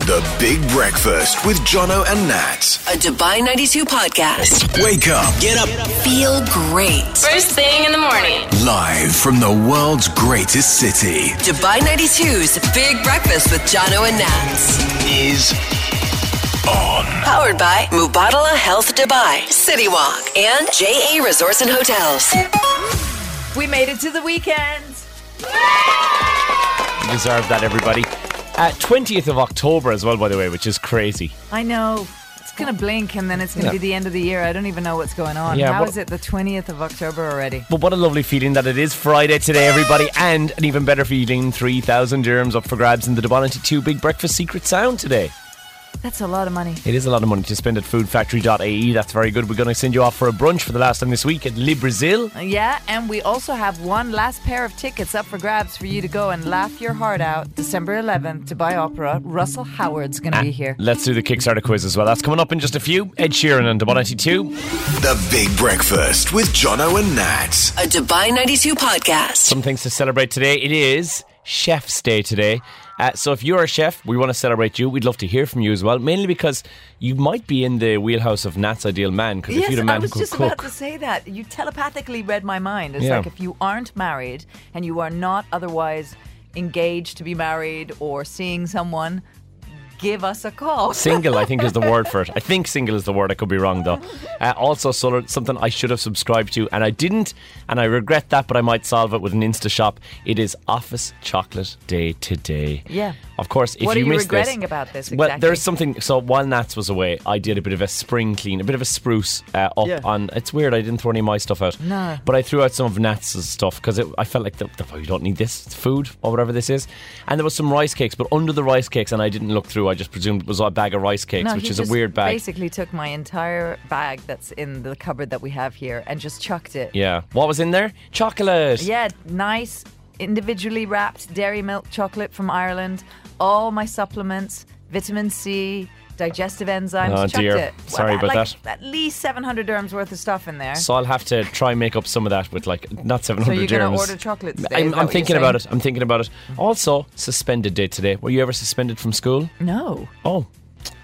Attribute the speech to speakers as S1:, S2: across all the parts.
S1: The Big Breakfast with Jono and Nat.
S2: A Dubai 92 podcast.
S1: Wake up. Get up.
S2: Feel great.
S3: First thing in the morning.
S1: Live from the world's greatest city
S2: Dubai 92's Big Breakfast with Jono and Nats.
S1: is on.
S2: Powered by Mubadala Health Dubai, City Walk, and JA Resorts and Hotels.
S4: We made it to the weekend.
S5: You deserve that, everybody. Uh, 20th of October as well, by the way, which is crazy.
S4: I know. It's going to blink and then it's going to
S5: Yeah.
S4: be the end of the year. I don't even know what's going on.
S5: Yeah,
S4: How
S5: what-
S4: is it the 20th of October already?
S5: But what a lovely feeling that it is Friday today, everybody, and an even better feeling 3,000 dirhams up for grabs in the Dubonity 2 Big Breakfast Secret Sound today.
S4: That's a lot of money.
S5: It is a lot of money to spend at foodfactory.ae. E. That's very good. We're going to send you off for a brunch for the last time this week at Le Brazil.
S4: Yeah, and we also have one last pair of tickets up for grabs for you to go and laugh your heart out December 11th, Dubai Opera. Russell Howard's going
S5: Ah,
S4: to be here.
S5: Let's do the Kickstarter quiz as well. That's coming up in just a few. Ed Sheeran and Dubonity 2.
S1: The Big Breakfast with Jono and Nat.
S2: A Dubai 92 podcast.
S5: Some things to celebrate today. It is Chef's Day today. Uh, so if you're a chef, we want to celebrate you. We'd love to hear from you as well, mainly because you might be in the wheelhouse of Nat's ideal man. Because if
S4: Yes,
S5: you're the
S4: I
S5: man who
S4: was
S5: could
S4: just
S5: cook,
S4: about to say that. You telepathically read my mind. It's
S5: Yeah.
S4: like if you aren't married and you are not otherwise engaged to be married or seeing someone, give us a call.
S5: single, I think is the word for it. I think single is the word. I could be wrong though. Uh, also, solar, something I should have subscribed to and I didn't, and I regret that. But I might solve it with an Insta shop. It is Office Chocolate Day today.
S4: Yeah.
S5: Of course, if
S4: What are
S5: you
S4: you
S5: missed this-
S4: regretting about this
S5: Well,
S4: exactly?
S5: there's something. So while Nats was away, I did a bit of a spring clean, a bit of a spruce uh, up
S4: Yeah.
S5: on. It's weird. I didn't throw any of my stuff out.
S4: No.
S5: But I threw out some of Nats's stuff because I felt like the, the, oh, you don't need this it's food or whatever this is. And there was some rice cakes, but under the rice cakes, and I didn't look through. I just presumed it was a bag of rice cakes,
S4: No,
S5: which
S4: he
S5: is a
S4: just
S5: weird bag.
S4: Basically, took my entire bag that's in the cupboard that we have here and just chucked it.
S5: Yeah. What was in there? Chocolate.
S4: Yeah, nice individually wrapped dairy milk chocolate from Ireland. All my supplements, vitamin C, digestive enzymes.
S5: Oh,
S4: chucked
S5: dear.
S4: it.
S5: Sorry about
S4: like, At
S5: that.
S4: least 700 dirhams worth of stuff in there.
S5: So I'll have to try and make up some of that with like not seven
S4: So
S5: hundred
S4: you're
S5: dirhams.
S4: gonna order chocolates. Today,
S5: I'm, I'm thinking about it. I'm thinking about it. Also, suspended day today. Were you ever suspended from school?
S4: No.
S5: Oh,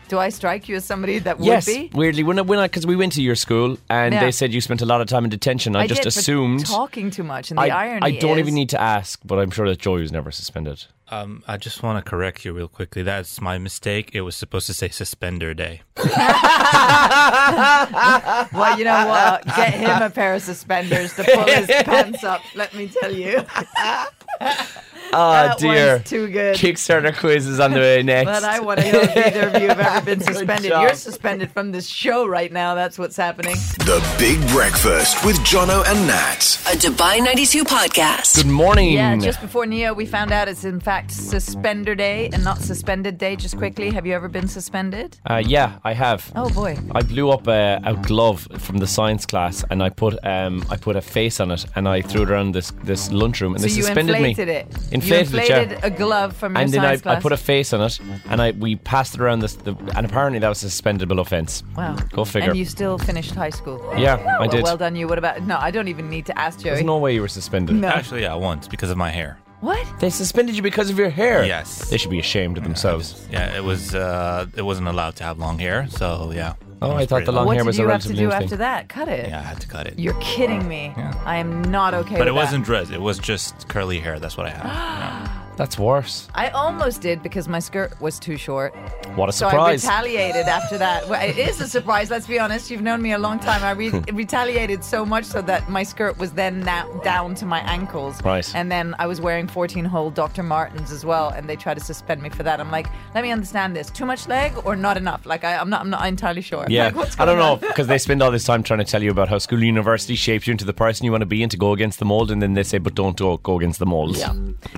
S4: Do I strike you as somebody that would
S5: yes.
S4: be?
S5: Weirdly, when I when I because we went to your school and
S4: Yeah.
S5: they said you spent a lot of time in detention. I,
S4: I
S5: just
S4: did, but
S5: assumed.
S4: talking too much, and the
S5: I,
S4: irony
S5: I don't
S4: is-
S5: even need to ask, but I'm sure that Joy was never suspended.
S6: Um, I just want to correct you real quickly. That's my mistake. It was supposed to say suspender day.
S4: Well, you know what? Get him a pair of suspenders to pull his pants up. Let me tell you.
S5: Ah,
S4: That
S5: dear.
S4: one's too good.
S5: Kickstarter quiz is on the way next.
S4: But I want to know if either of you have ever been suspended.
S5: job.
S4: You're suspended from this show right now. That's what's happening.
S5: Mm.
S1: The Big Breakfast with Jono and Nat.
S2: A Dubai 92 podcast.
S5: Good morning.
S4: Yeah, just before Neo, we found out it's in fact suspender day and not suspended day. Just quickly, have you ever been suspended?
S5: uh, yeah, I have.
S4: Oh boy.
S5: I blew up a, a glove from the science class, and I put um, I put a face on it, and I threw it around this this lunchroom, and
S4: So
S5: they
S4: you
S5: suspended
S4: inflated
S5: me.
S4: it.
S5: Inflated,
S4: you
S5: it, yeah.
S4: inflated a glove from your
S5: and then I,
S4: science
S5: I
S4: class.
S5: put a face on it, and I we passed it around this, the, and apparently that was a suspendable offence.
S4: wow.
S5: Go figure.
S4: And you still finished high school.
S5: yeah, I
S4: Well,
S5: did.
S4: well done, you. What about? No, I don't even need to ask Joey.
S5: There's no way you were suspended.
S4: No.
S6: Actually, yeah, once because of my hair.
S4: What?
S5: They suspended you because of your hair.
S6: Yes.
S5: They should be ashamed of themselves.
S6: Yeah, it was. Uh, it wasn't allowed to have long hair, so yeah.
S5: Oh,
S6: It was
S5: I thought
S6: pretty
S5: the long
S4: what
S5: hair
S4: did
S5: was a
S4: you have to
S5: relatively
S4: do
S5: new
S4: after
S5: thing.
S4: that? Cut it.
S6: Yeah, I had to cut it.
S4: You're kidding me. I am not okay.
S6: but
S4: with
S6: it
S4: that.
S6: wasn't dreads. It was just curly hair. That's what I had.
S5: That's worse.
S4: I almost did because my skirt was too short.
S5: What a
S4: So
S5: surprise!
S4: I retaliated after that. Well, it is a surprise, let's be honest. You've known me a long time. I re-
S5: Hmm.
S4: retaliated so much so that my skirt was then na- down to my ankles.
S5: Right.
S4: And then I was wearing 14 hole Dr. Martens as well, and they tried to suspend me for that. I'm like, let me understand this. Too much leg or not enough? Like, I, I'm, not, I'm not entirely sure.
S5: Yeah,
S4: Like, what's
S5: I
S4: going
S5: don't know
S4: on?
S5: because they spend all this time trying to tell you about how school and university shapes you into the person you want to be and to go against the mold, and then they say, "But don't go, go against the mold."
S4: Yeah.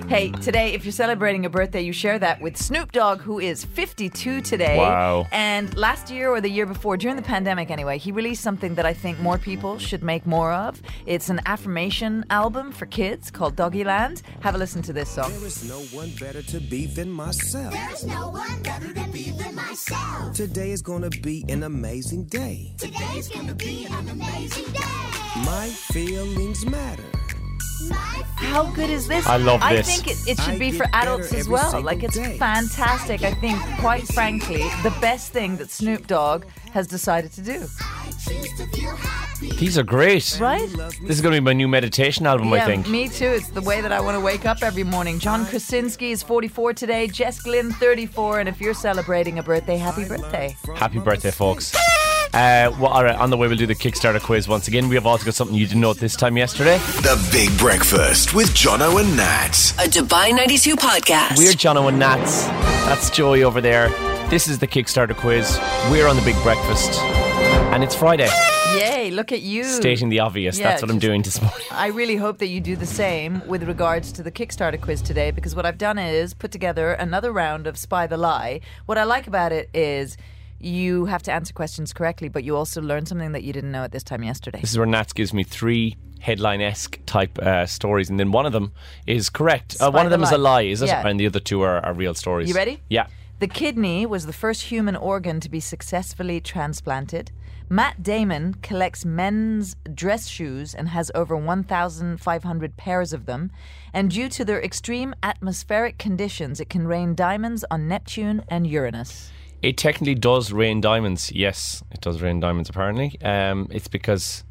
S4: Hey, today, if you're celebrating a birthday, you share that with Snoop Dogg, who is 52 today.
S5: Wow.
S4: And last year or the year before, during the pandemic anyway, he released something that I think more people should make more of. It's an affirmation album for kids called Doggy Land. Have a listen to this song.
S7: There is no one better to be than myself.
S8: There's no one better to be than myself.
S7: Today is gonna be an amazing day.
S8: Today's gonna be an amazing day.
S7: My feelings matter.
S8: My
S4: How good is this?
S5: I love
S4: I
S5: this.
S4: think it, it should
S7: I
S4: be
S7: get
S4: for
S7: better
S4: adults as
S7: every
S4: well.
S7: single
S4: Like, it's
S7: day.
S4: fantastic. I think, quite frankly, the best thing that Snoop Dogg has decided to do.
S8: I choose to feel happy.
S5: These are great.
S4: Right?
S5: This is going to be my new meditation album, I
S4: Yeah,
S5: think.
S4: me too. It's the way that I want to wake up every morning. John Krasinski is 44 today, Jess Glynn 34, and if you're celebrating a birthday, happy birthday.
S5: Happy birthday, folks. Uh, well, all right, on the way, we'll do the Kickstarter quiz once again. We have also got something you didn't know at this time yesterday.
S1: The Big Breakfast with Jono and Nat.
S2: A Dubai 92 podcast.
S5: We're Jono and Nats. That's Joey over there. This is the Kickstarter quiz. We're on the Big Breakfast. And it's Friday.
S4: Yay, look at you.
S5: Stating the obvious,
S4: Yeah,
S5: that's what I'm
S4: just-
S5: doing this morning.
S4: I really hope that you do the same with regards to the Kickstarter quiz today because what I've done is put together another round of Spy the Lie. What I like about it is you have to answer questions correctly, but you also learn something that you didn't know at this time yesterday.
S5: This is where Nats gives me three headline esque type uh, stories, and then one of them is correct. Uh, one
S4: Spider
S5: of them is a
S4: lie.
S5: lie, is it?
S4: Yeah.
S5: And the other two are, are real stories.
S4: You ready?
S5: Yeah.
S4: The kidney was the first human organ to be successfully transplanted. Matt Damon collects men's dress shoes and has over 1,500 pairs of them. And due to their extreme atmospheric conditions, it can rain diamonds on Neptune and Uranus.
S5: It technically does rain diamonds. Yes, it does rain diamonds, apparently. Um, it's because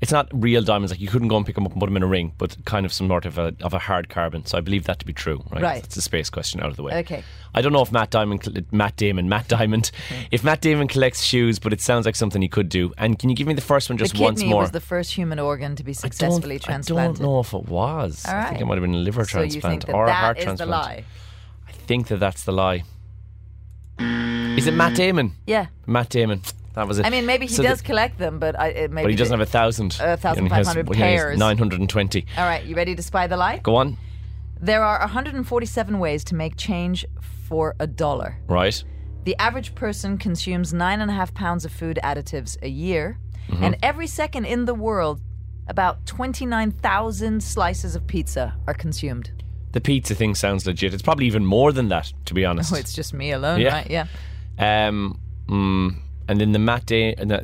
S5: it's not real diamonds. Like, you couldn't go and pick them up and put them in a ring, but kind of some sort of a, of a hard carbon. So I believe that to be true, right?
S4: Right.
S5: That's the space question out of the way.
S4: Okay.
S5: I don't know if Matt Diamond, cl- Matt Damon, Matt Diamond, if Matt Damon collects shoes, but it sounds like something he could do. And can you give me the first one
S4: The
S5: just once
S4: kidney
S5: more?
S4: was the first human organ to be
S5: I don't-
S4: successfully transplanted.
S5: I don't know if it was. I think
S4: right.
S5: it might have been a liver
S4: so you
S5: transplant
S4: think that
S5: or a
S4: that
S5: heart
S4: is
S5: transplant.
S4: the lie?
S5: I think that that's the lie. Is it Matt Damon?
S4: Yeah.
S5: Matt Damon. That was it.
S4: I mean, maybe he
S5: So the-
S4: does collect them, but I, it maybe
S5: but he doesn't have a thousand.
S4: A thousand
S5: He only has-
S4: five hundred
S5: he only has
S4: pairs.
S5: 920.
S4: All right, you ready to spy the lie?
S5: Go on.
S4: There are 147 ways to make change for a dollar.
S5: Right.
S4: The average person consumes nine and a half pounds of food additives a year,
S5: Mm-hmm.
S4: and every second in the world, about 29,000 slices of pizza are consumed.
S5: The pizza thing sounds legit. It's probably even more than that, to be honest.
S4: Oh, it's just me alone,
S5: Yeah.
S4: right? Yeah.
S5: um, mm, and then the Matt Day. No,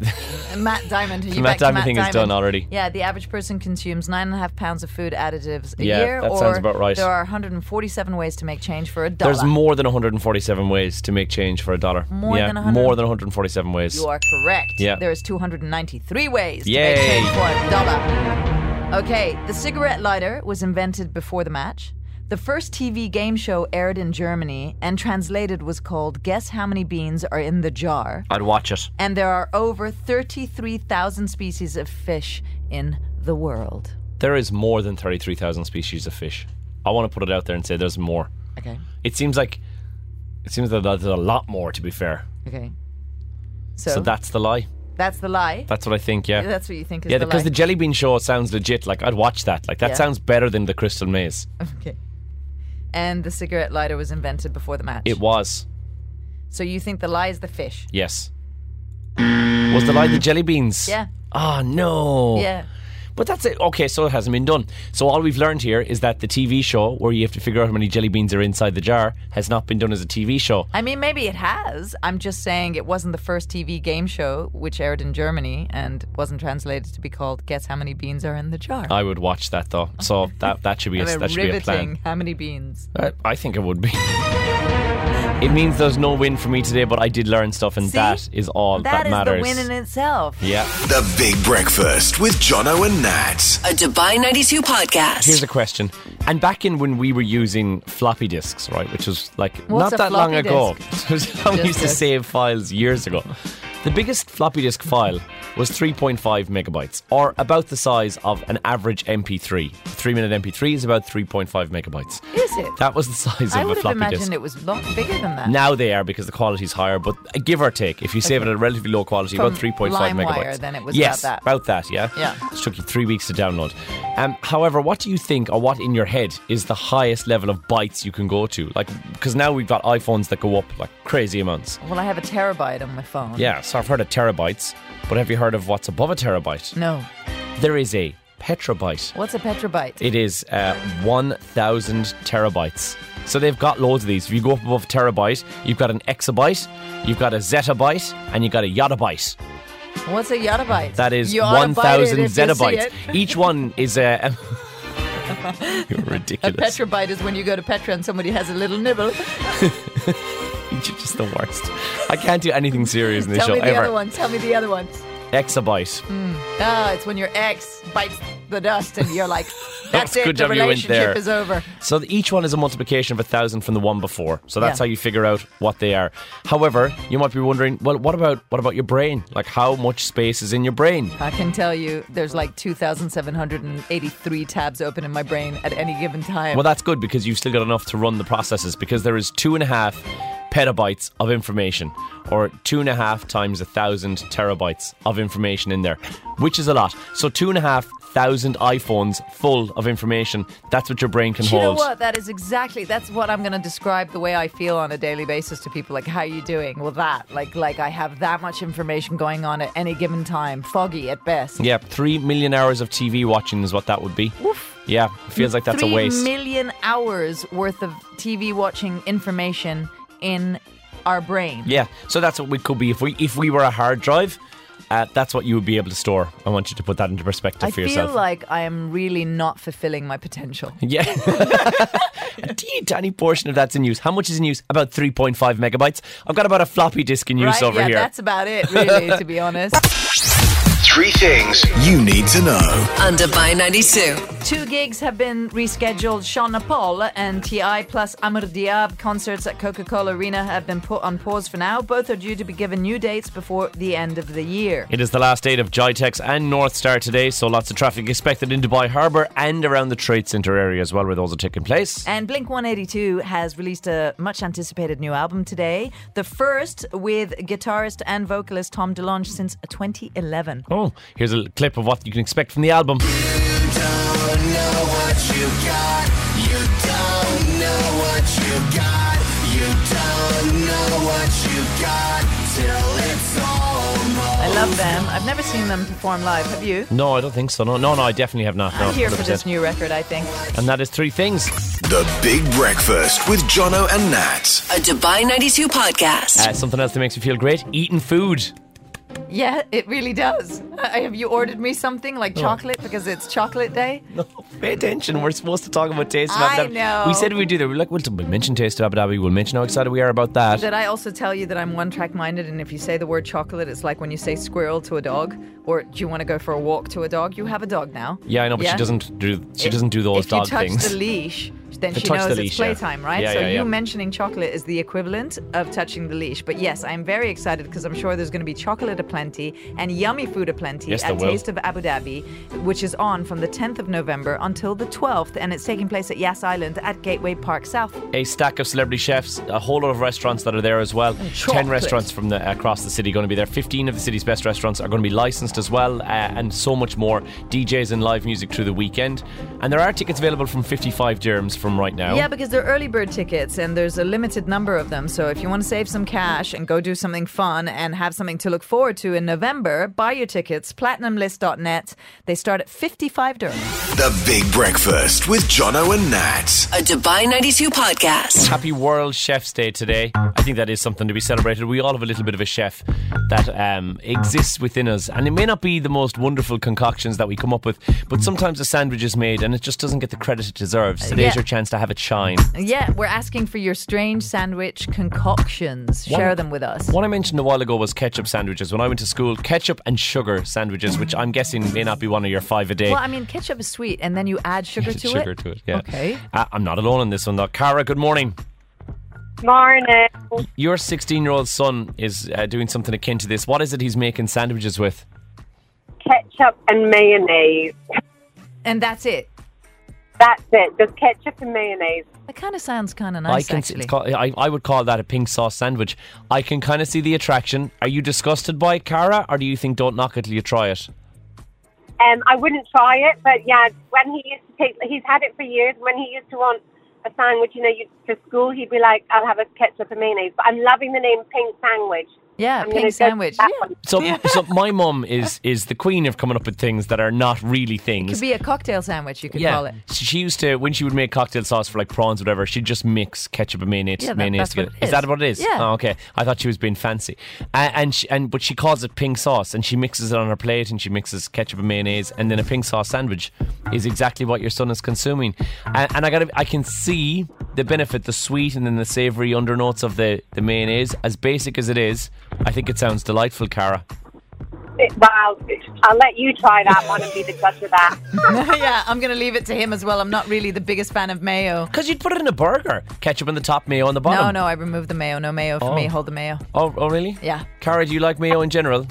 S4: And Matt Diamond, are you
S5: Matt
S4: back to
S5: Diamond
S4: Matt
S5: thing
S4: Diamond?
S5: is done already.
S4: Yeah, the average person consumes nine and a half pounds of food additives a
S5: Yeah,
S4: year.
S5: that
S4: or
S5: sounds about right.
S4: There are 147 ways to make change for a dollar.
S5: There's more than 147 ways to make change for a dollar.
S4: More
S5: yeah,
S4: than 100
S5: more than 147 ways.
S4: You are correct.
S5: Yeah.
S4: There is 293 ways
S5: Yay.
S4: to make change for a dollar. Okay, the cigarette lighter was invented before the match. The first TV game show aired in Germany and translated was called Guess How Many Beans Are in the Jar.
S5: I'd watch it.
S4: And there are over 33,000 species of fish in the world.
S5: There is more than 33,000 species of fish. I want to put it out there and say there's more.
S4: Okay,
S5: It seems like it seems that there's a lot more to be fair.
S4: okay. So,
S5: So that's the lie.
S4: that's the lie.
S5: That's what I think, yeah.
S4: That's what you think is
S5: yeah,
S4: the
S5: because
S4: lie.
S5: the Jelly Bean Show sounds legit. Like I'd watch that. Like that
S4: Yeah.
S5: sounds better than the Crystal Maze.
S4: okay. And the cigarette lighter was invented before the match.
S5: It was.
S4: so you think the lie is the fish?
S5: Yes. Was the lie the jelly beans?
S4: Yeah.
S5: Oh no.
S4: Yeah.
S5: But that's it. Okay, so it hasn't been done. So all we've learned here is that the TV show where you have to figure out how many jelly beans are inside the jar has not been done as a TV show.
S4: I mean, maybe it has. I'm just saying it wasn't the first TV game show which aired in Germany and wasn't translated to be called Guess How Many Beans Are in the Jar.
S5: I would watch that though. So that that should be a,
S4: They're
S5: that should be a
S4: riveting.
S5: plan.
S4: How many beans?
S5: I, I think it would be. It means there's no win for me today, but I did learn stuff, and
S4: See?
S5: that is all that,
S4: that is
S5: matters.
S4: the win in itself.
S5: yeah.
S1: The Big Breakfast with Jono and Nat.
S2: A Dubai 92 podcast.
S5: Here's a question. And back in when we were using floppy disks, right, which was like
S4: What's a
S5: not that long
S4: floppy
S5: ago.
S4: disk?
S5: It was how we
S4: Just
S5: used to
S4: disk.
S5: save files years ago. The biggest floppy disk file was 3.5 megabytes, or about the size of an average MP3. A three minute MP3 is about 3.5 megabytes.
S4: Is it?
S5: That was the size
S4: I
S5: of a
S4: would have
S5: floppy
S4: imagined
S5: disk.
S4: it was lot bigger than that.
S5: Now they are because the quality's higher, but uh, give or take, if you save it at a relatively low quality, about
S4: From
S5: 3.5
S4: LimeWire,
S5: megabytes.
S4: then it was
S5: yes,
S4: about that.
S5: yeah.
S4: Yeah.
S5: It took you three weeks to download. Um, however, what do you think, or what in your head is the highest level of bytes you can go to? Like, because now we've got iPhones that go up like crazy amounts.
S4: Well, I have a terabyte on my phone.
S5: Yeah, so I've heard of terabytes, but have you heard of what's above a terabyte?
S4: No.
S5: There is a petabyte.
S4: What's a petabyte?
S5: It is uh, 1,000 terabytes. So they've got loads of these. If you go up above terabyte, you've got an exabyte, you've got a zettabyte, and you've got a yottabyte.
S4: What's a yottabyte?
S5: That is
S4: You oughta bite it
S5: 1,000
S4: if you see
S5: zettabytes.
S4: it.
S5: Each one is a. You're
S4: A
S5: ridiculous.
S4: Petra bite is when you go to Petra and somebody has a little nibble.
S5: You're just the worst. I can't do anything serious in this
S4: Tell
S5: show
S4: me the
S5: ever.
S4: other one. Tell me the other one.
S5: Exabyte.
S4: Ah, it's when your ex bites the dust and you're like, that's
S5: That's
S4: it,
S5: good
S4: the
S5: job you went
S4: relationship
S5: there.
S4: is over.
S5: So th- each one is a multiplication of a thousand from the one before. So that's
S4: Yeah.
S5: how you figure out what they are. However, you might be wondering, well, what about what about your brain? Like, how much space is in your brain?
S4: I can tell you there's like 2,783 tabs open in my brain at any given time.
S5: Well, that's good because you've still got enough to run the processes because there is two and a half petabytes of information, or two and a half times a thousand terabytes of information in there, which is a lot. So two and a half thousand iPhones full of information. That's what your brain can
S4: Do you know
S5: hold.
S4: what? That is exactly that's what I'm going to describe the way I feel on a daily basis to people. Like, how are you doing? Well, that like like I have that much information going on at any given time, foggy at best.
S5: Yeah, three million hours of TV watching is what that would be. Yeah, it feels like that's a
S4: Three
S5: waste.
S4: million hours worth of TV watching information in our brain.
S5: yeah, so that's what we could be if we if we were a hard drive. Uh, that's what you would be able to store. I want you to put that into perspective
S4: I
S5: for
S4: feel
S5: yourself.
S4: like I am really not fulfilling my potential.
S5: yeah, a teeny tiny portion of that's in use. How much is in use? About three point five megabytes. I've got about a floppy disk in use
S4: right?
S5: over
S4: yeah,
S5: here.
S4: that's about it, really, to be honest.
S1: Three things you need to know.
S2: on Dubai 92.
S4: Two gigs have been rescheduled. Sean Paul and T.I. plus Amr Diab concerts at Coca Cola Arena have been put on pause for now. Both are due to be given new dates before the end of the year.
S5: It is the last date of Jitex and North Star today, so lots of traffic expected in Dubai Harbour and around the trade centre area as well, where those are taking place.
S4: And Blink 182 has released a much anticipated new album today. The first with guitarist and vocalist Tom DeLonge since 2011.
S5: Oh, here's a little clip of what you can expect from the album.
S8: Don't know what you got. You don't know what you got. You don't know what you got till it's almost.
S4: I love them. I've never seen them perform live. Have you?
S5: No, I don't think so. No, no, no I definitely have not. No,
S4: I'm here for
S5: 100%.
S4: this new record, I think.
S5: And that is three things.
S1: The Big Breakfast with Jono and Nat.
S2: A Dubai 92 podcast.
S5: Uh, something else that makes me feel great eating food.
S4: Yeah, it really does. I, have you ordered me something like
S5: Oh.
S4: chocolate because it's chocolate day?
S5: No, pay attention. We're supposed to talk about taste of
S4: I
S5: Abu Dhabi.
S4: know.
S5: We said we'd do that. We're like, we'll, we'll mention taste of Abu Dhabi. We'll mention how excited we are about that.
S4: Did I also tell you that I'm one track minded and if you say the word chocolate, it's like when you say squirrel to a dog or do you want to go for a walk to a dog? You have a dog now.
S5: yeah, I know, but she doesn't do she doesn't do those
S4: if
S5: dog
S4: you touch
S5: things.
S4: the leash, then
S5: If I
S4: she
S5: touch the
S4: knows it's
S5: leash, yeah.
S4: playtime, right?
S5: Yeah,
S4: so
S5: yeah,
S4: you
S5: yeah.
S4: mentioning chocolate is the equivalent of touching the leash. But yes, I'm very excited because I'm sure there's going to be chocolate aplenty and yummy food aplenty
S5: Yes, there
S4: at
S5: will.
S4: Taste of Abu Dhabi, which is on from the 10th of November until the 12th, and it's taking place at Yas Island at Gateway Park South.
S5: a stack of celebrity chefs, a whole lot of restaurants that are there as well.
S4: chocolate.
S5: Ten restaurants from the, across the city going to be there. Fifteen of the city's best restaurants are going to be licensed as well, uh, and so much more. DJs and live music through the weekend, and there are tickets available from fifty-five dirhams from right now.
S4: Yeah, because they're early bird tickets and there's a limited number of them. So if you want to save some cash and go do something fun and have something to look forward to in November, buy your tickets, platinumlist.net. They start at 55 dirhams.
S1: The Big Breakfast with Jono and Nat.
S2: A Dubai 92 podcast.
S5: Happy World Chef's Day today. I think that is something to be celebrated. We all have a little bit of a chef that um, exists within us, and it may not be the most wonderful concoctions that we come up with, but sometimes a sandwich is made and it just doesn't get the credit it deserves. Today's
S4: Uh, Yeah.
S5: your chance to have it shine.
S4: Yeah, we're asking for your strange sandwich concoctions.
S5: One-
S4: Share them with us.
S5: One I mentioned a while ago was ketchup sandwiches. When I went to school, ketchup and sugar sandwiches, which I'm guessing may not be one of your five a day.
S4: Well, I mean, ketchup is sweet and then you add sugar to
S5: sugar
S4: it.
S5: to it, yeah.
S4: Okay.
S5: Uh, I'm not alone in this one, though. Cara, good morning.
S3: Morning.
S5: Your 16 year old son is uh, doing something akin to this. What is it he's making sandwiches with?
S3: Ketchup and mayonnaise.
S4: And that's it.
S3: That's it. Just ketchup and mayonnaise.
S4: That kind of sounds kind of nice,
S5: I can.
S4: actually.
S5: It's called, I, I would call that a pink sauce sandwich. I can kind of see the attraction. Are you disgusted by it, Cara, or do you think don't knock it till you try it?
S3: Um, I wouldn't try it, but yeah, when he used to take, he's had it for years. When he used to want a sandwich, you know, you, to school, he'd be like, "I'll have a ketchup and mayonnaise." But I'm loving the name pink sandwich.
S4: Yeah,
S3: I'm
S4: pink
S3: gonna go
S4: sandwich.
S3: with that
S4: Yeah.
S3: one.
S5: So, so my mum is is the queen of coming up with things that are not really things.
S4: Could be a cocktail sandwich, you could
S5: yeah,
S4: call it.
S5: So she used to when she would make cocktail sauce for like prawns, or whatever. She'd just mix ketchup and mayonnaise,
S4: Yeah, that-
S5: mayonnaise
S4: that's what
S5: together.
S4: it
S5: Is that
S4: is.
S5: what it is?
S4: Yeah.
S5: Oh, okay. I thought she was being fancy, and and, she, and but she calls it pink sauce, and she mixes it on her plate, and she mixes ketchup and mayonnaise, and then a pink sauce sandwich is exactly what your son is consuming. And, and I got, I can see the benefit, the sweet and then the savoury undernotes of the the mayonnaise. As basic as it is, I think it sounds delightful, Cara.
S3: It- Well, I'll let you try that one and be the judge of that.
S4: yeah, I'm going to leave it to him as well. I'm not really the biggest fan of mayo.
S5: Because you'd put it in a burger, ketchup on the top, mayo on the
S4: No,
S5: bottom.
S4: no, I removed the mayo. No mayo for
S5: Oh.
S4: me. Hold the mayo.
S5: Oh, oh really?
S4: Yeah.
S5: Cara, do you like mayo in general?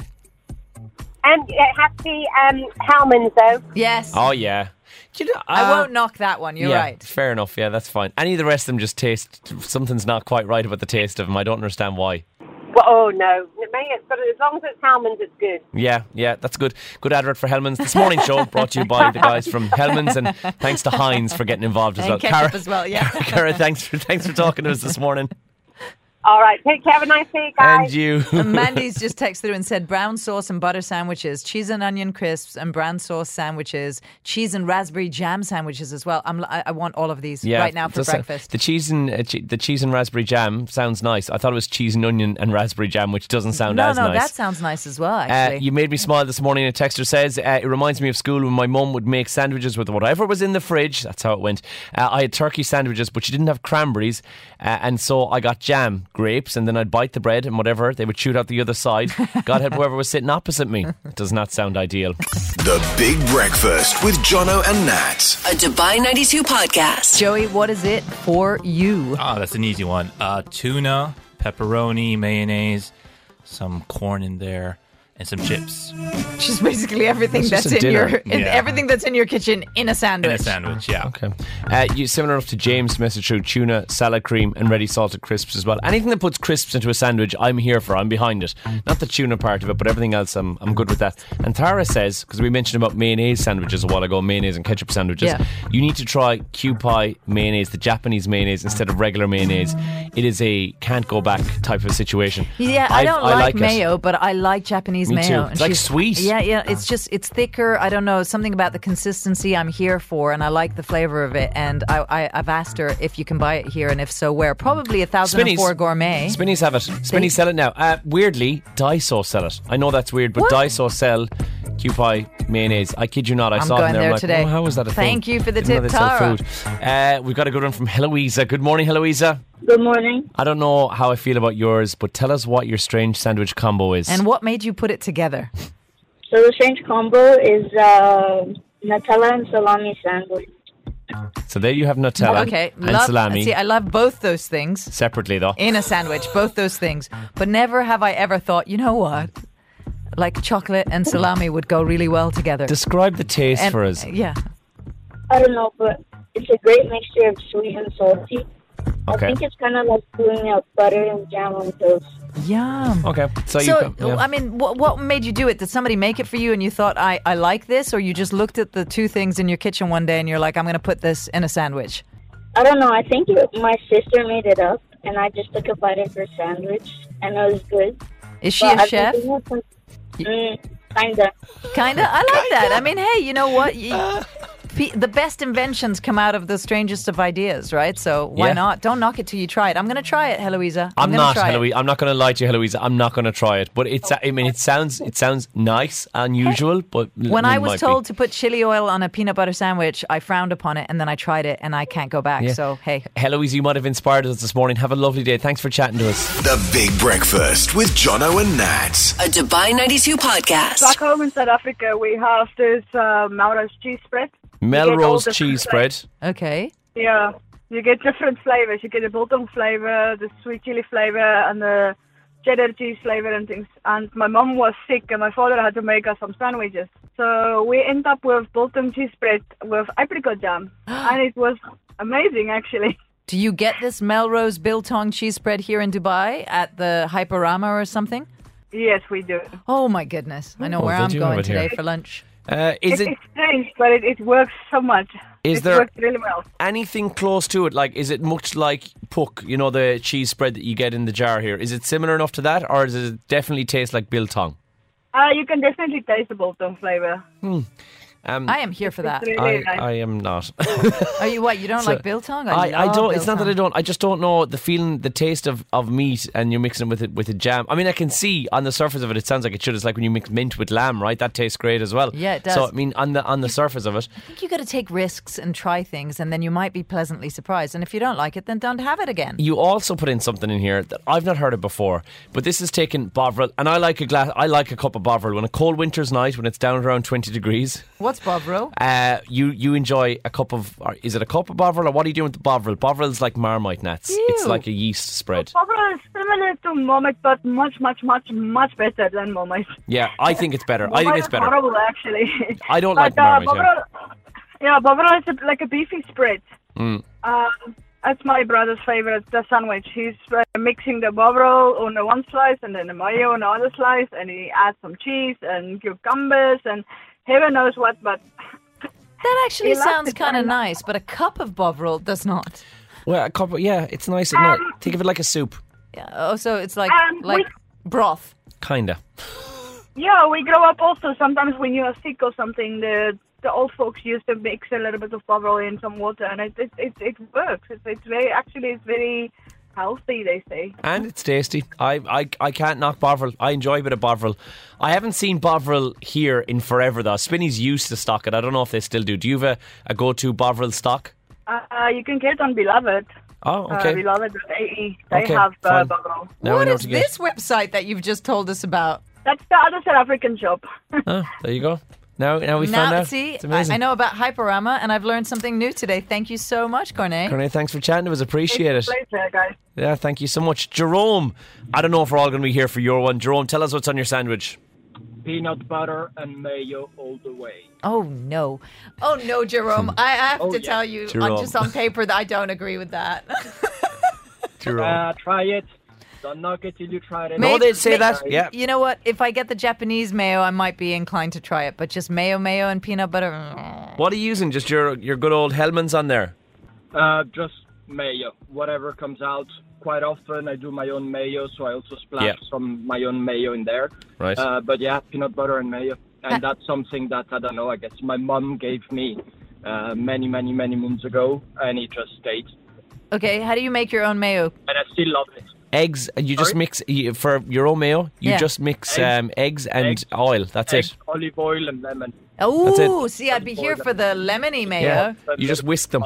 S3: And it has to be um, Hellman's, though.
S4: Yes.
S5: Oh yeah. Do you know,
S4: I
S5: uh,
S4: won't knock that one. You're
S5: yeah,
S4: right.
S5: Fair enough. Yeah, that's fine. Any of the rest of them just taste something's not quite right about the taste of them. I don't understand why.
S3: Well, oh, no. It may- it's- But as long as it's Hellman's, it's good.
S5: Yeah, yeah, that's good. Good advert for Hellman's. This morning show brought to you by the guys from Hellman's, and thanks to Heinz for getting involved as
S4: And
S5: well.
S4: ketchup as well, yeah.
S5: Cara, Cara, thanks for thanks for talking to us this morning.
S3: All right. Take care. Have a nice day, guys.
S5: And you.
S4: Mandy's just texted through and said brown sauce and butter sandwiches, cheese and onion crisps and brown sauce sandwiches, cheese and raspberry jam sandwiches as well. I'm, li- I I want all of these right now for
S5: just, uh,
S4: breakfast.
S5: The cheese and uh, che- the cheese and raspberry jam sounds nice. I thought it was cheese and onion and raspberry jam, which doesn't sound
S4: no,
S5: as
S4: no,
S5: nice.
S4: that sounds nice as well,
S5: Uh,
S4: actually.
S5: you made me smile this morning. A texter says, uh, It reminds me of school when my mum would make sandwiches with whatever was in the fridge. That's how it went. Uh, I had turkey sandwiches, but she didn't have cranberries. Uh, and so I got jam, grapes, and then I'd bite the bread and whatever. They would shoot out the other side. God help whoever was sitting opposite me. It does not sound ideal.
S1: The Big Breakfast with Jono and Nat.
S2: A Dubai 92 podcast.
S4: Joey, what is it for
S5: Oh.
S4: you?
S6: Ah, that's an easy one. Uh, tuna, pepperoni, mayonnaise, some corn in there, and some chips
S4: Just basically everything
S5: It's just
S4: that's
S5: a
S4: in
S5: dinner.
S4: your in,
S6: Yeah.
S4: everything that's in your kitchen in a
S6: in
S4: sandwich.
S6: a sandwich. Yeah.
S5: Okay. Uh, you, similar enough to James' message through tuna, salad cream, and ready salted crisps as well. Anything that puts crisps into a sandwich, I'm here for. I'm behind it. Not the tuna part of it, but everything else, I'm, I'm good with that. And Tara says, because we mentioned about mayonnaise sandwiches a while ago, mayonnaise and ketchup sandwiches,
S4: Yeah.
S5: you need to try Q pie mayonnaise, the Japanese mayonnaise, instead of regular mayonnaise. It is a can't go back type of situation.
S4: Yeah,
S5: I've-
S4: I don't like,
S5: it.
S4: mayo, but I like Japanese
S5: Me too.
S4: mayo.
S5: It's like
S4: she's-
S5: sweet. Ah.
S4: Yeah, yeah. It's just it's thicker. I don't know something about the consistency I'm here for, and I like the flavor of it. And I, I I've asked her if you can buy it here, and if so, where? Probably a thousand and
S5: Spinneys.
S4: four gourmet.
S5: Spinneys have it. Spinneys sell it now. Uh, weirdly, Daiso sell it. I know that's weird, but
S4: What?
S5: Daiso sell Q pie mayonnaise. I kid you not. I
S4: I'm
S5: saw it
S4: going
S5: in there.
S4: there
S5: I'm like,
S4: today.
S5: "Oh, how is that a thing?
S4: Thank you for the
S5: Didn't know
S4: tip,
S5: they sell
S4: Tara.
S5: food. Uh, we've got a good one from Heloisa. Good morning, Heloisa.
S9: Good morning.
S5: I don't know how I feel about yours, but tell us what your strange sandwich combo is.
S4: And what made you put it together?
S9: So the strange combo is uh, Nutella and salami sandwich.
S5: so there you have Nutella
S4: okay,
S5: and
S4: love,
S5: salami
S4: See, I love both those things.
S5: separately, though.
S4: in a sandwich, both those things. But never have I ever thought, you know what? Like chocolate and salami would go really well together.
S5: Describe the taste
S4: And-
S5: for us.
S4: Yeah.
S9: I don't know, but it's a great mixture of sweet and salty. I
S5: Okay.
S9: think it's kind of like doing a butter and jam on toast.
S4: Yum.
S5: Okay. So,
S4: So,
S5: you. yeah.
S4: I mean, what, what made you do it? Did somebody make it for you and you thought, I, I like this? Or you just looked at the two things in your kitchen one day and you're like, I'm going to put this in a sandwich?
S9: I don't know. I think it, my sister made it up, and I just took a bite of her sandwich, and it was good.
S4: Is she
S9: But
S4: a
S9: I've been
S4: chef?
S9: doing it since- Mm, kinda.
S4: Kinda. I like that. I mean, hey, you know what?
S5: Uh.
S4: You- pe- the best inventions come out of the strangest of ideas, right? So why
S5: Yeah.
S4: not? Don't knock it till you try it. I'm going to try it, Heloisa.
S5: I'm,
S4: gonna
S5: not,
S4: try it.
S5: Heloise. I'm not going to lie to you, Heloise. I'm not going to try it. But it's. I mean, it sounds. It sounds nice, unusual, but l-
S4: When
S5: it
S4: I
S5: might
S4: was
S5: be.
S4: told to put chili oil on a peanut butter sandwich, I frowned upon it and then I tried it and I can't go back.
S5: Yeah.
S4: So, hey.
S5: Heloise, you might have inspired us this morning. Have a lovely day. Thanks for chatting to us.
S1: The Big Breakfast with Jono and Nat.
S2: A Dubai 92 podcast.
S10: Back home in South Africa, we have this uh, Melrose cheese spread.
S5: Melrose
S10: the
S5: cheese
S10: flavors.
S5: spread.
S4: Okay.
S10: Yeah, you get different flavors. You get the biltong flavor, the sweet chili flavor, and the cheddar cheese flavor and things. And my mom was sick, and my father had to make us some sandwiches. So we end up with biltong cheese spread with apricot jam, and it was amazing actually.
S4: Do you get this Melrose Biltong cheese spread here in Dubai at the Hyperama or something?
S10: Yes, we do.
S4: Oh my goodness. I know
S5: Oh,
S4: where
S5: they
S4: I'm
S5: do have
S4: going
S5: it here.
S4: today for lunch.
S5: Uh, is
S10: It-
S5: it
S10: It's strange, but it, it works so much.
S5: Is
S10: it
S5: there-
S10: works really well.
S5: anything close to it? Like, is it much like puck? You know, the cheese spread that you get in the jar here. Is it similar enough to that, or does it definitely taste like biltong?
S10: Uh, you can definitely taste the biltong flavor.
S5: Um,
S4: I am here for that.
S5: I,
S10: Really nice.
S5: I am not.
S4: Are you what? You don't
S5: So,
S4: like biltong?
S5: I, I
S4: love
S5: don't. It's not that I
S4: biltong.
S5: don't. I just don't know the feeling, the taste of, of meat, and you're mixing with it with a jam. I mean, I can see on the surface of it, it sounds like it should. It's like when you mix mint with lamb, right? That tastes great as well.
S4: Yeah, it
S5: So
S4: does.
S5: I mean, on the on the surface of it,
S4: I think you got to take risks and try things, and then you might be pleasantly surprised. And if you don't like it, then don't have it again.
S5: you also put in something in here that I've not heard of before. But this is taking Bovril, and I like a glass. I like a cup of Bovril when a cold winter's night when it's down around twenty degrees.
S4: What's Bovril?
S5: Uh, you you enjoy a cup of or is it a cup of Bovril or what are you doing with the Bovril? Bovril's like Marmite nuts. It's
S4: Ew.
S5: like a yeast spread.
S10: Overall, it's similar to Momit, but much, much, much, much better than Momit.
S5: Yeah, I think it's better. I think
S10: Momit
S5: it's
S10: is
S5: better.
S10: horrible, actually.
S5: I don't like
S10: but, uh,
S5: Marmite, yeah.
S10: Bovril, yeah, Bovril is a, like a beefy spread. Um, that's my brother's favorite, the sandwich. He's uh, mixing the Bovril on the one slice and then the mayo on the other slice, and he adds some cheese and cucumbers and heaven knows what, but
S4: That actually
S10: You love
S4: sounds
S10: it
S4: kind
S10: very
S4: of
S10: much.
S4: nice, but a cup of Bovril does not.
S5: Well, a couple. Yeah, it's nice at night. Think of it like a soup,
S4: Yeah. Oh, so it's like
S10: Um,
S4: like broth.
S5: kinda.
S10: Yeah, we grow up also. Sometimes when you are sick or something, the the old folks used to mix a little bit of bubble in some water, and it it it, it works. It's, it's very actually it's very healthy. They say.
S5: And it's tasty. I, I I can't knock Bovril. I enjoy a bit of Bovril. I haven't seen Bovril here in forever though. Spinneys used to stock it. I don't know if they still do. Do you have a, a go to Bovril stock?
S10: Uh, uh, you can get it on Beloved.
S5: Oh, okay.
S10: Uh, Beloved.ae. They
S5: Okay,
S10: have uh,
S5: fine.
S10: bubble.
S5: Now I
S4: what
S5: know
S4: is
S5: to get.
S4: this website that you've just told us about?
S10: That's the other South African shop.
S5: Oh, there you go. Now now we found
S4: now,
S5: out.
S4: see,
S5: it's
S4: I,
S5: amazing.
S4: I know about Hyperama, and I've learned something new today. Thank you so much, Cornet.
S5: Corneille, thanks for chatting. It was appreciated.
S10: Pleasure, guys.
S5: Yeah, thank you so much, Jerome. I don't know if we're all going to be here for your one. Jerome, tell us what's on your sandwich.
S11: peanut butter and mayo all the way.
S4: Oh no, oh no, Jerome. I I have
S11: Oh,
S4: to
S11: yeah.
S4: tell you,
S5: Hmm. Jerome.
S4: on, just on paper, that I don't agree with that.
S11: Uh, try it. Don't knock it till you try it.
S4: May-
S5: oh, they'd say
S4: may-
S5: that. Yeah.
S4: You know what? If I get the Japanese mayo, I might be inclined to try it. But just mayo, mayo, and peanut butter. mm.
S5: What are you using? Just your your good old Hellman's on there.
S11: Uh, just mayo, whatever comes out. Quite often I do my own mayo, so I also splash
S5: Yeah.
S11: some my own mayo in there.
S5: Right.
S11: Uh, but yeah, peanut butter and mayo,
S4: Uh,
S11: and that's something that I don't know. I guess my mom gave me uh, many, many, many moons ago, and it just stayed,
S4: Okay, how do you make your own mayo?
S11: and I still love it.
S5: eggs. uh, You just
S11: Sorry?
S5: mix you- for your own mayo. You
S4: Yeah.
S5: just mix
S11: Eggs.
S5: um, eggs and
S11: Eggs.
S5: oil. That's
S11: Egg,
S5: it.
S11: olive oil and lemon.
S5: it.
S4: Oh, see, I'd be here for the lemony mayo.
S5: You just whisk them.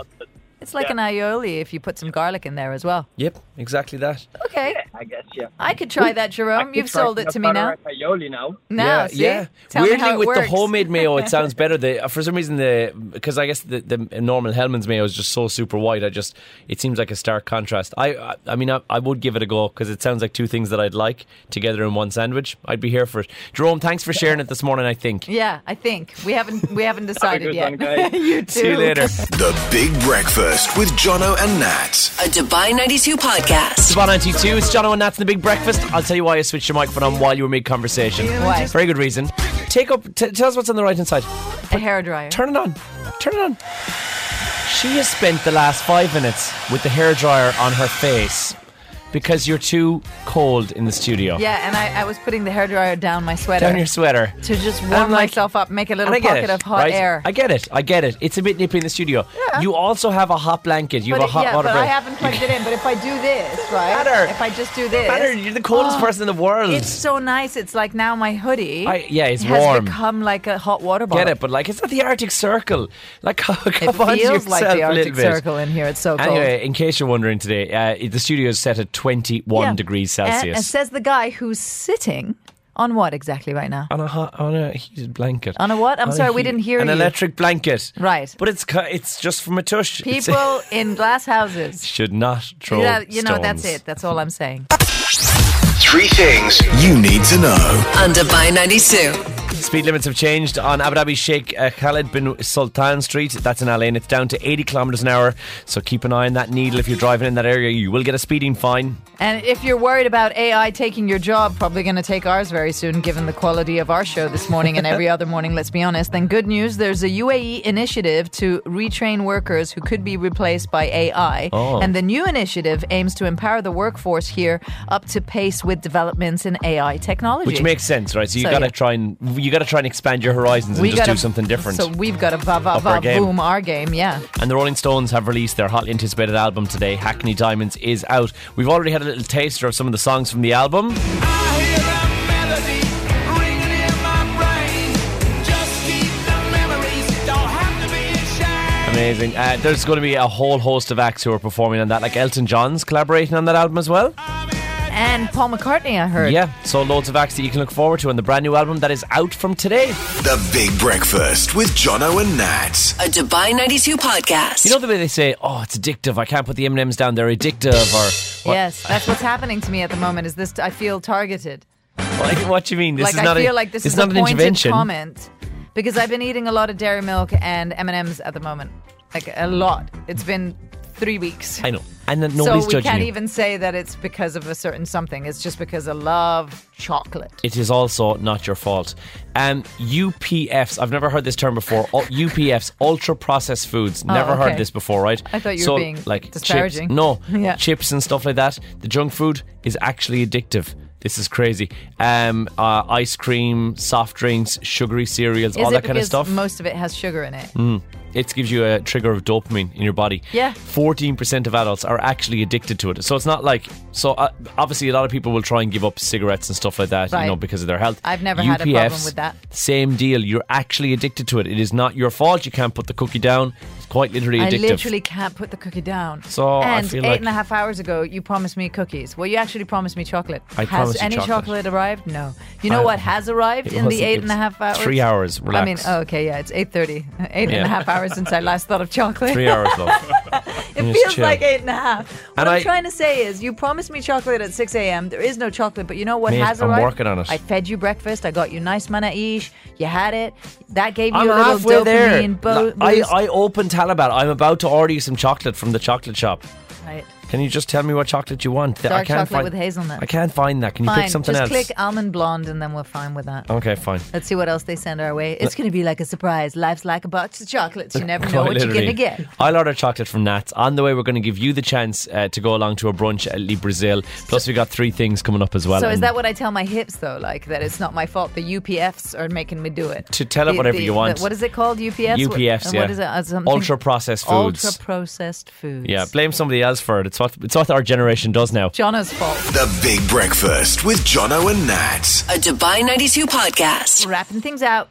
S4: It's like
S11: Yeah.
S4: an aioli if you put some garlic in there as well.
S5: Yep, exactly that.
S4: Okay,
S11: I guess yeah.
S4: I could try that,
S11: I
S4: Jerome.
S11: could
S4: Um, You've
S11: try
S4: sold it
S11: peanut
S4: to me
S11: butter
S4: now.
S11: and Aioli now.
S4: Now,
S5: yeah,
S4: see?
S5: yeah.
S4: Tell
S5: Weirdly,
S4: me how it
S5: with the
S4: works.
S5: homemade mayo, it sounds better. The uh, for some reason the because I guess the, the normal Hellman's mayo is just so super white. I just it seems like a stark contrast. I I, I mean I, I would give it a go because it sounds like two things that I'd like together in one sandwich. I'd be here for it. Jerome, thanks for sharing it this morning. I think.
S4: Yeah, I think we haven't we haven't decided
S11: good
S4: yet.
S11: one, guys.
S4: you too.
S5: See you later.
S1: The Big Breakfast with Jono and Nat.
S2: A Dubai 92 podcast.
S5: Savannah 92, it's John and Nat's in the Big Breakfast. I'll tell you why I switched your microphone on while you were mid conversation.
S4: Why?
S5: Very good reason. Take up, t- tell us what's on the right hand side.
S4: A hairdryer.
S5: Turn it on. Turn it on. She has spent the last five minutes with the hairdryer on her face because you're too cold in the studio.
S4: Yeah, and I, I was putting the hairdryer down my sweater
S5: Down your sweater.
S4: to just
S5: I'm
S4: warm
S5: like-
S4: myself up, make a little
S5: And I get
S4: pocket
S5: it,
S4: of hot
S5: right?
S4: air.
S5: I get it. I get it. It's a bit nippy in the studio. You also have a hot blanket. You
S4: but
S5: have
S4: it-
S5: a hot
S4: yeah,
S5: water
S4: but I
S5: break.
S4: haven't plugged it in. But if I do this, right?
S5: Matter.
S4: If I just do this,
S5: Matter, you're the coldest
S4: Oh,
S5: person in the world.
S4: It's so nice. It's like now my hoodie.
S5: I- yeah, it's
S4: has
S5: warm.
S4: become like a hot water bottle.
S5: get it, but like it's not the Arctic Circle. Like, come
S4: It
S5: on to
S4: feels like
S5: yourself
S4: the
S5: a
S4: Arctic
S5: little bit.
S4: Circle in here. It's so cold.
S5: Anyway, in case you're wondering today, uh, it- the studio is set at 21
S4: Yeah. Uh,
S5: degrees
S4: And, and
S5: Celsius.
S4: says the guy who's sitting on what exactly right now?
S5: on a hot, on a heated blanket.
S4: On a what? I'm
S5: On a
S4: sorry, we
S5: heat-
S4: didn't hear
S5: An
S4: you.
S5: electric blanket.
S4: Right.
S5: But it's cu- it's just from a tush. It's-
S4: People in glass houses.
S5: should not throw
S4: Yeah, you know, that's
S5: stones.
S4: it. That's all I'm saying.
S1: Three things you need to know.
S2: On Dubai 92.
S5: Speed limits have changed on Abu Dhabi Sheikh uh, Khaled bin Sultan Street. That's in LA, and it's down to 80 kilometers an hour. So keep an eye on that needle if you're driving in that area. You will get a speeding fine.
S4: And if you're worried about AI taking your job, probably going to take ours very soon, given the quality of our show this morning and every other morning, let's be honest. Then, good news there's a UAE initiative to retrain workers who could be replaced by AI.
S12: Oh.
S4: And the new initiative aims to empower the workforce here up to pace with developments in AI technology.
S5: Which makes sense, right? So you
S4: So,
S5: gotta
S4: yeah.
S5: try and you gotta try and expand your horizons and just
S4: gotta-
S5: do something different.
S4: So we've got to va va
S5: Up our
S4: va
S5: game.
S4: boom our game, yeah.
S5: And the Rolling Stones have released their hotly anticipated album today. Hackney Diamonds is out. We've already had a little taster of some of the songs from the album. Amazing. Uh, there's going to be a whole host of acts who are performing on that, like Elton John's collaborating on that album as well.
S4: And Paul McCartney, I heard.
S5: Yeah, so loads of acts that you can look forward to on the brand new album that is out from today.
S1: The Big Breakfast with Jono and Nat.
S2: A Dubai 92 podcast.
S5: You know the way they say, "Oh, it's addictive. I can't put the M Ms down. They're addictive." Or what,
S4: Yes, that's what's happening to me at the moment. Is this? I feel targeted.
S5: What, what do you mean? This
S4: like
S5: is
S4: I
S5: not
S4: feel
S5: a,
S4: like this
S5: it's
S4: is
S5: not
S4: a
S5: an
S4: pointed
S5: intervention.
S4: comment because I've been eating a lot of dairy milk and M and M's at the moment, like a lot. It's been three weeks.
S5: I know, and then nobody's
S4: so we
S5: judging
S4: can't
S5: you.
S4: even say that it's because of a certain something. It's just because I love chocolate.
S5: It is also not your fault. Um, UPFs. I've never heard this term before. U- UPFs, ultra processed foods.
S4: Oh,
S5: never
S4: okay.
S5: heard this before, right?
S4: I thought you were
S5: so,
S4: being
S5: like chips-
S4: disparaging.
S5: No,
S4: Yeah.
S5: chips and stuff like that. The junk food is actually addictive. This is crazy. Um, uh, ice cream, soft drinks, sugary
S4: is
S5: cereals, all
S4: it
S5: that kind of
S4: because
S5: stuff.
S4: Most of it has sugar in it.
S5: Mm. It gives you a trigger of dopamine in your body.
S4: Yeah.
S5: 14% of adults are actually addicted to it. So it's not like, so uh, obviously a lot of people will try and give up cigarettes and stuff like that,
S4: Right.
S5: you know, because of their health.
S4: I've never had a problem
S5: UPFs,
S4: with that.
S5: Same deal. You're actually addicted to it. It is not your fault. You can't put the cookie down. It's quite literally
S4: I
S5: addictive.
S4: literally can't put the cookie down.
S5: So I
S4: and
S5: feel
S4: eight
S5: like-
S4: and a half hours ago, you promised me cookies. Well, you actually promised me chocolate.
S5: I
S4: has
S5: promised you
S4: any
S5: chocolate.
S4: arrived? No. You know
S5: I-
S4: what has arrived
S5: It
S4: in the
S5: wasn't-
S4: eight
S5: it
S4: and a
S5: was
S4: half hours?
S5: Three hours. Relax.
S4: I mean, oh, okay, yeah, it's 8.30. Eight and
S5: Yeah.
S4: a half hours since I last thought of chocolate.
S5: Three hours, love.
S4: it
S5: Just
S4: feels
S5: chill.
S4: like eight and a half. What
S5: And
S4: I'm
S5: I-
S4: trying to say is you promised me chocolate at 6 a.m. There is no chocolate, but you know what
S5: Mate,
S4: has
S5: I'm
S4: arrived?
S5: working on it.
S4: I fed you breakfast. I got you nice manaish. You had it. That gave you
S5: I'm
S4: a little
S5: halfway
S4: dopamine
S5: there.
S4: bo-
S5: Like, I,
S4: boost.
S5: I opened Talabat. I'm about to order you some chocolate from the chocolate shop.
S4: Right.
S5: Can you just tell me what chocolate you want?
S4: Dark
S5: I can't
S4: chocolate
S5: find,
S4: with hazelnut.
S5: I can't find that. Can you
S4: fine.
S5: pick something
S4: Just
S5: else?
S4: click almond blonde, and then we're fine with that.
S5: Okay, fine.
S4: Let's see what else they send our way. It's going to be like a surprise. Life's like a box of chocolates. You never know
S5: Quite
S4: what you're going to
S5: literally.
S4: get.
S5: I'll order chocolate from Nats. On the way, we're going to give you the chance uh, to go along to a brunch at Le Brazil. Plus, we got three things coming up as well. um,
S4: so is
S5: And
S4: that what I tell my hips though? Like that it's not my fault. The UPFs are making me do it.
S5: To tell it
S4: The-
S5: whatever
S4: the-
S5: you want.
S4: the- what is it called? UPFs. What-
S5: UPFs,
S4: uh,
S5: yeah.
S4: What is it? Uh, something-
S5: Ultra-processed foods.
S4: Ultra-processed foods.
S5: Yeah, blame somebody else for it. It's what it's what our generation does now.
S4: Jono's fault.
S1: The Big Breakfast with Jono and Nat.
S2: A Dubai 92 podcast.
S4: Wrapping things out.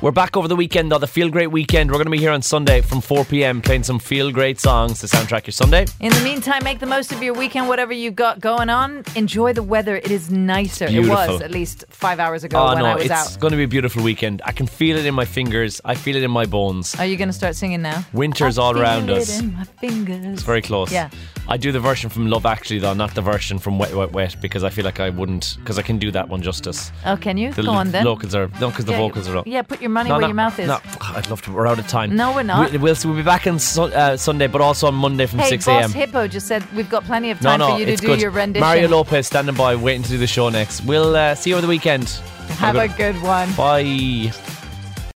S5: We're back over the weekend, though. The Feel Great weekend. We're going to be here on Sunday from 4 p.m. playing some Feel Great songs to soundtrack your Sunday.
S4: In the meantime, make the most of your weekend, whatever you've got going on. Enjoy the weather. It is nicer. It was
S5: beautiful. Oh,
S4: at least five hours ago Oh, when
S5: no,
S4: I was
S5: it's
S4: out.
S5: going to be a beautiful weekend. I can feel it in my fingers. I feel it in my bones.
S4: Are you going to start singing now?
S5: Winter's all around us.
S4: It's
S5: It's very close.
S4: Yeah.
S5: I do the version from Love Actually though, not the version from Wet Wet Wet because I feel like I wouldn't because I can do that one justice.
S4: Oh, can you?
S5: The
S4: Go on then.
S5: vocals are no, because the
S4: Yeah,
S5: vocals are up.
S4: yeah, put your money
S5: No,
S4: where
S5: no,
S4: your mouth is.
S5: No, I'd love to. We're out of time.
S4: No, we're not.
S5: We, will we'll be back on Sun uh, Sunday, but also on Monday from
S4: hey,
S5: six
S4: Boss
S5: a.m.
S4: Hippo just said we've got plenty of
S5: No,
S4: time
S5: no,
S4: for you to
S5: it's
S4: do
S5: good.
S4: your rendition.
S5: Mario Lopez standing by, waiting to do the show next. We'll uh, see you over the weekend.
S4: Have a good one.
S5: Bye.